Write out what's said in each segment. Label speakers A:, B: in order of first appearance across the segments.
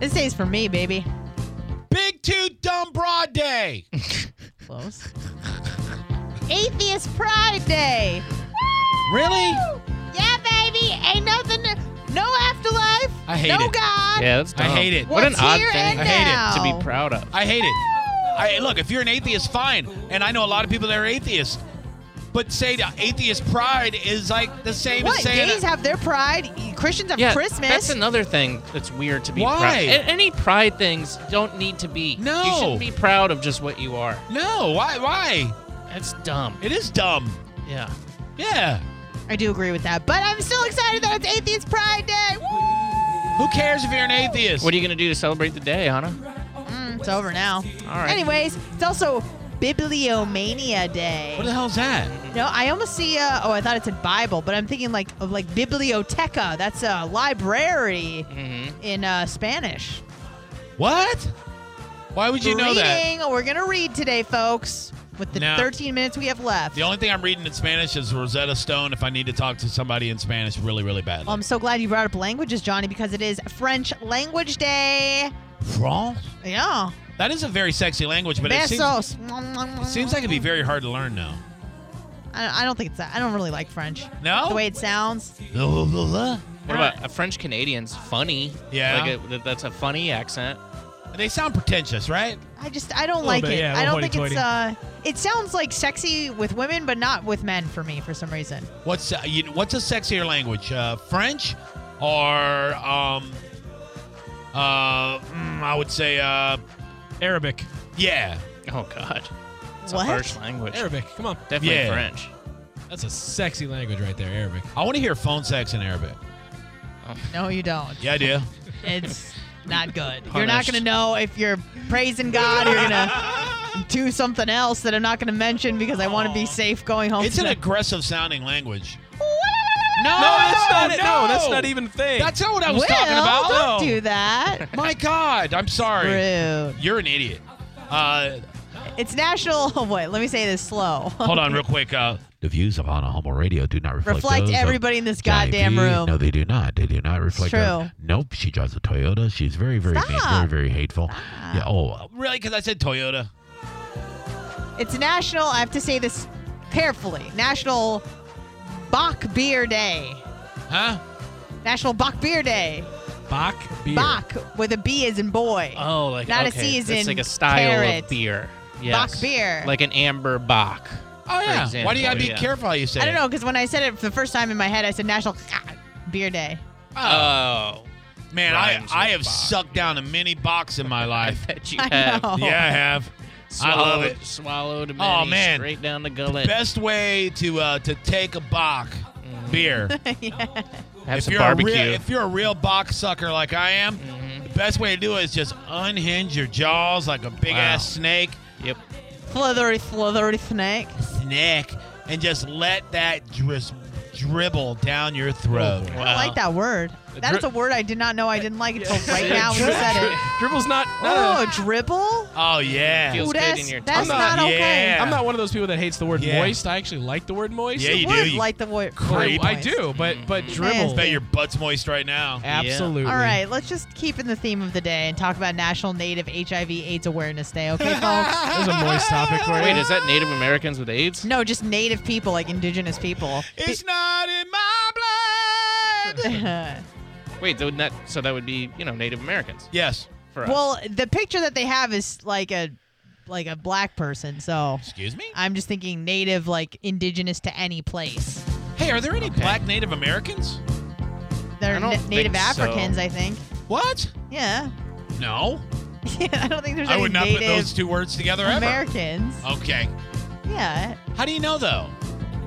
A: This day's for me, baby.
B: Big Two Dumb Broad Day.
A: Close. Atheist Pride Day.
B: Really?
A: Yeah, baby. Ain't nothing. No afterlife.
B: I hate
A: no
B: it.
A: God.
C: Yeah, that's
B: I
C: dumb.
B: hate it.
C: What an
A: What's
C: odd
A: here
C: thing
A: and
B: I hate it
A: now?
C: to be proud of.
B: I hate it. I look. If you're an atheist, fine. And I know a lot of people that are atheists, but say the atheist pride is like the same
A: What?
B: as saying.
A: Gays have their pride. Christians have
C: Yeah,
A: Christmas.
C: that's another thing that's weird to be
B: Why?
C: proud. A- Any pride things don't need to be.
B: No.
C: you shouldn't be proud of just what you are.
B: no. Why? Why?
C: That's dumb.
B: It is dumb.
C: Yeah.
B: Yeah.
A: I do agree with that, but I'm still excited that it's Atheist Pride Day. Woo!
B: Who cares if you're an atheist?
C: What are you gonna do to celebrate the day, Hannah?
A: Mm, it's over now.
C: All right.
A: Anyways, it's also Bibliomania Day.
B: What the hell's that?
A: No, I almost see. Uh, oh, I thought it said Bible, but I'm thinking like of like biblioteca. That's a library in uh, Spanish.
B: What? Why would you know that?
A: Reading. Oh, We're gonna read today, folks. With the
B: No.
A: 13 minutes we have left.
B: The only thing I'm reading in Spanish is Rosetta Stone. If I need to talk to somebody in Spanish, really, really badly.
A: Well, I'm so glad you brought up languages, Johnny, because it is French Language Day.
B: Wrong.
A: Yeah.
B: That is a very sexy language, but it seems,
A: Besos.
B: it seems like it'd be very hard to learn now.
A: I, I don't think it's that. I don't really like French.
B: No?
A: The way it sounds.
B: Blah, blah, blah, blah.
C: What about a French Canadian's funny?
B: Yeah.
C: Like a, that's a funny accent.
B: They sound pretentious, right?
A: I just I don't
B: Little
A: like
B: bit,
A: it.
B: yeah,
A: I
B: little
A: don't think it's
B: hoity-toity.
A: uh. It sounds like sexy with women, but not with men for me for some reason.
B: What's uh, you, what's a sexier language? Uh, French or um uh mm, I would say uh
D: Arabic.
B: yeah.
C: Oh God. It's
A: What?
C: a harsh language.
D: Arabic. Come on.
C: Definitely
B: Yeah.
C: French.
D: That's a sexy language right there, Arabic.
B: I want to hear phone sex in Arabic.
A: No, you don't.
B: Yeah, I do.
A: It's not good. You're not
C: Punished.
A: gonna know if you're praising God or you're gonna do something else that I'm not gonna mention because I want to be safe going home.
B: it's an
A: tonight.
B: aggressive sounding language.
D: No, that's not it. No, that's not even a thing.
B: That's not what I was
A: Will,
B: talking about.
A: don't do that.
B: My God, I'm sorry.
A: Rude.
B: You're an idiot. Uh,
A: It's National. Wait, let me say this slow.
B: hold on, real quick. Uh, the views of On a Homo Radio do not reflect,
A: Reflect
B: those of
A: everybody in this
B: Johnny
A: goddamn
B: B.
A: room.
B: No, they do not. They do not reflect.
A: true.
B: those. Nope. She drives a Toyota. She's very, very mean. Very,
A: Stop.
B: very hateful. Yeah. Oh, really? Because I said Toyota.
A: It's National. I have to say this carefully. National Bach Beer Day.
B: Huh?
A: National Bach Beer Day.
D: Bach beer.
A: Bach with a B as in boy.
C: Oh, like
A: Not a
C: okay.
A: C as
C: That's
A: in
C: like a style
A: carrot.
C: of beer.
A: Bach
C: Yes.
A: beer.
C: Like an amber Bach.
B: Oh
C: For
B: yeah. Why do you gotta be
C: example, yeah.
B: careful how you say?
A: I don't
B: it?
A: know because when I said it for the first time in my head, I said National ah, Beer Day.
B: Uh,
C: Oh.
B: Man,
C: Rhymes
B: I I
C: with
B: have
C: Bach.
B: sucked down a mini box in my
C: I
B: life.
C: bet you
A: I
C: have.
A: know.
B: yeah, I have. I love
C: Swallowed,
B: it.
C: swallowed many
B: Oh, man.
C: straight down the gullet.
B: Best way to uh, to take a Bach beer.
C: Have
B: if
C: some
B: you're
C: barbecue.
B: A real, if you're a real box sucker like I am, the best way to do it is just unhinge your jaws like a big ass snake,
C: yep.
A: Slithery, slithery snake.
B: snake, and just let that dris- dribble down your throat.
C: Oh,
A: I don't like that word. That
D: dri-
A: is a word I did not know I didn't like until Oh, right now when you said it.
D: Dribble's not. not
A: Oh, dribble?
B: Oh yeah.
C: Feels
A: Ooh,
C: good
A: that's,
C: in your
A: that's
C: tongue.
A: not
D: I'm not-
A: okay.
B: yeah.
D: a, I'm not one of those people that hates the word
B: Yeah.
D: moist. I actually like the word moist.
B: Yeah, you
A: would
B: do. You
A: like the word.
B: creep.
D: I, I do, but but dribble.
B: bet your butt's moist right now.
D: Absolutely.
A: Mm-hmm. All right, let's just keep in the theme of the day and talk about National Native HIV/AIDS Awareness Day, okay, folks?
D: That was a moist topic
A: Oh,
D: for you.
C: Wait, is that Native Americans with AIDS?
A: No, just Native people, like Indigenous people.
B: It's not in my blood.
A: well,
C: Wait, so that so that would be you know Native Americans
B: yes.
C: for us.
A: the picture that they have is like a like a black person, so
B: Excuse
C: Uh,
B: me.
A: I'm just thinking Native, like Indigenous to any place.
B: Hey, are there any black Native Americans?
A: They're
C: I don't
A: na-
C: think
A: Native
C: so.
A: Africans, I think.
B: What?
A: Yeah.
B: No.
A: Yeah, I don't think there's
B: I
A: any
B: would not
A: Native
B: put those Oh. two words together ever.
A: Americans.
B: Okay.
A: Yeah.
B: How do you know though?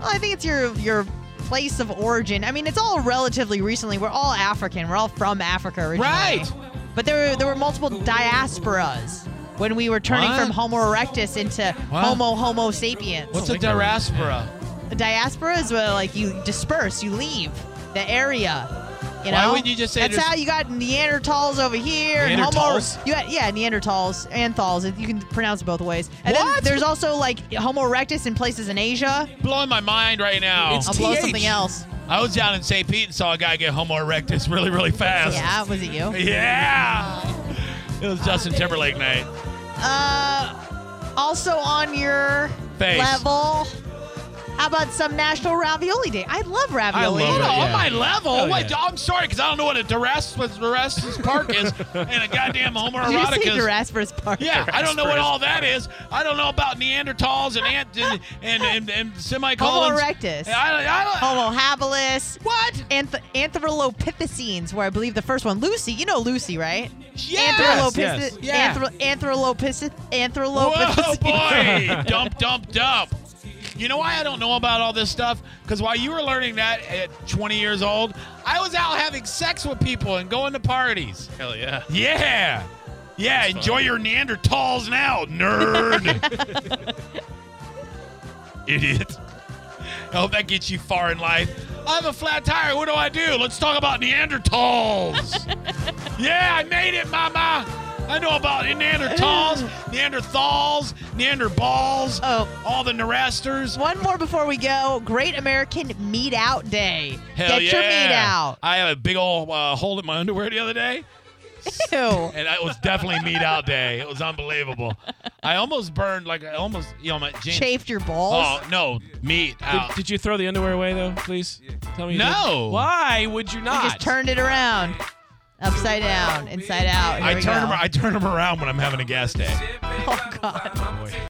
A: Well, I think it's your your place of origin. I mean, it's all relatively recently. We're all African. We're all from Africa originally.
B: Right.
A: But there were there were multiple diasporas when we were turning
B: What?
A: from Homo erectus into
B: What?
A: Homo Homo sapiens.
B: What's
C: I
B: a
C: think I was-
B: diaspora?
A: A diaspora is where like you disperse, you leave the area. You
B: Why
A: know?
B: wouldn't you just say
A: that's
B: there's-
A: how you got Neanderthals over here and Homo.
D: Neanderthals?
A: You got, yeah, Neanderthals and Thals. You can pronounce it both ways. And
B: What?
A: then there's also like Homo erectus in places in Asia.
B: Blowing my mind right now.
D: It's-
A: I'll blow
D: TH.
A: something else.
B: I was down in St. Pete and saw a guy get Homo erectus really, really fast.
A: Yeah, was it you?
B: Yeah. It was Justin Timberlake night.
A: Uh, also on your
B: Face.
A: level. How about some National Ravioli Day? I love ravioli.
B: Hold
D: love
B: on,
D: it,
B: on
D: yeah.
B: my level.
D: Hell
B: Wait,
D: yeah.
B: I'm sorry because I don't know what a Durassus Park is and a goddamn Homo
A: Did you
B: erotica.
A: say
B: is.
A: Durasper's Park?
B: Yeah, I don't know what all that is. I don't know about Neanderthals and ant and and, and, and
A: Homo
B: semicolons.
A: erectus.
B: I, I don't.
A: Homo habilis.
B: What?
A: Anth- Anthrolopithecines, where I believe the first one. Lucy, you know Lucy, right?
B: Yes.
A: Anthrolopith-
B: yes.
A: Anthro- Anthrolopith-
B: Whoa,
A: Anthrolopithecines.
B: boy! dump, dump, dump. You know why I don't know about all this stuff? Because while you were learning that at 20 years old, I was out having sex with people and going to parties.
C: Hell yeah.
B: Yeah. Yeah, enjoy your Neanderthals now, nerd. Idiot. I hope that gets you far in life. I have a flat tire. What do I do? Let's talk about Neanderthals. yeah, I made it, mama. I know about Neanderthals, Neanderthals, Neanderballs,
A: Oh.
B: all the Nerasters.
A: One more before we go. Great American Meat Out Day.
B: Hell
A: Get
B: yeah.
A: your meat out.
B: I had a big old uh, hole in my underwear the other day.
A: Ew.
B: and it was definitely meat out day. It was unbelievable. I almost burned like I almost you know my jeans.
A: Chafed your balls.
B: Oh no, meat out.
D: Did, did you throw the underwear away though? Please tell me. you
B: No.
D: did. Why would you
B: Oh,
A: You
D: not?
A: just turned it around. Upside down, inside out. Here
B: I
A: we
B: turn
A: go.
B: them. I turn them around when I'm having a gas day.
A: Oh, God.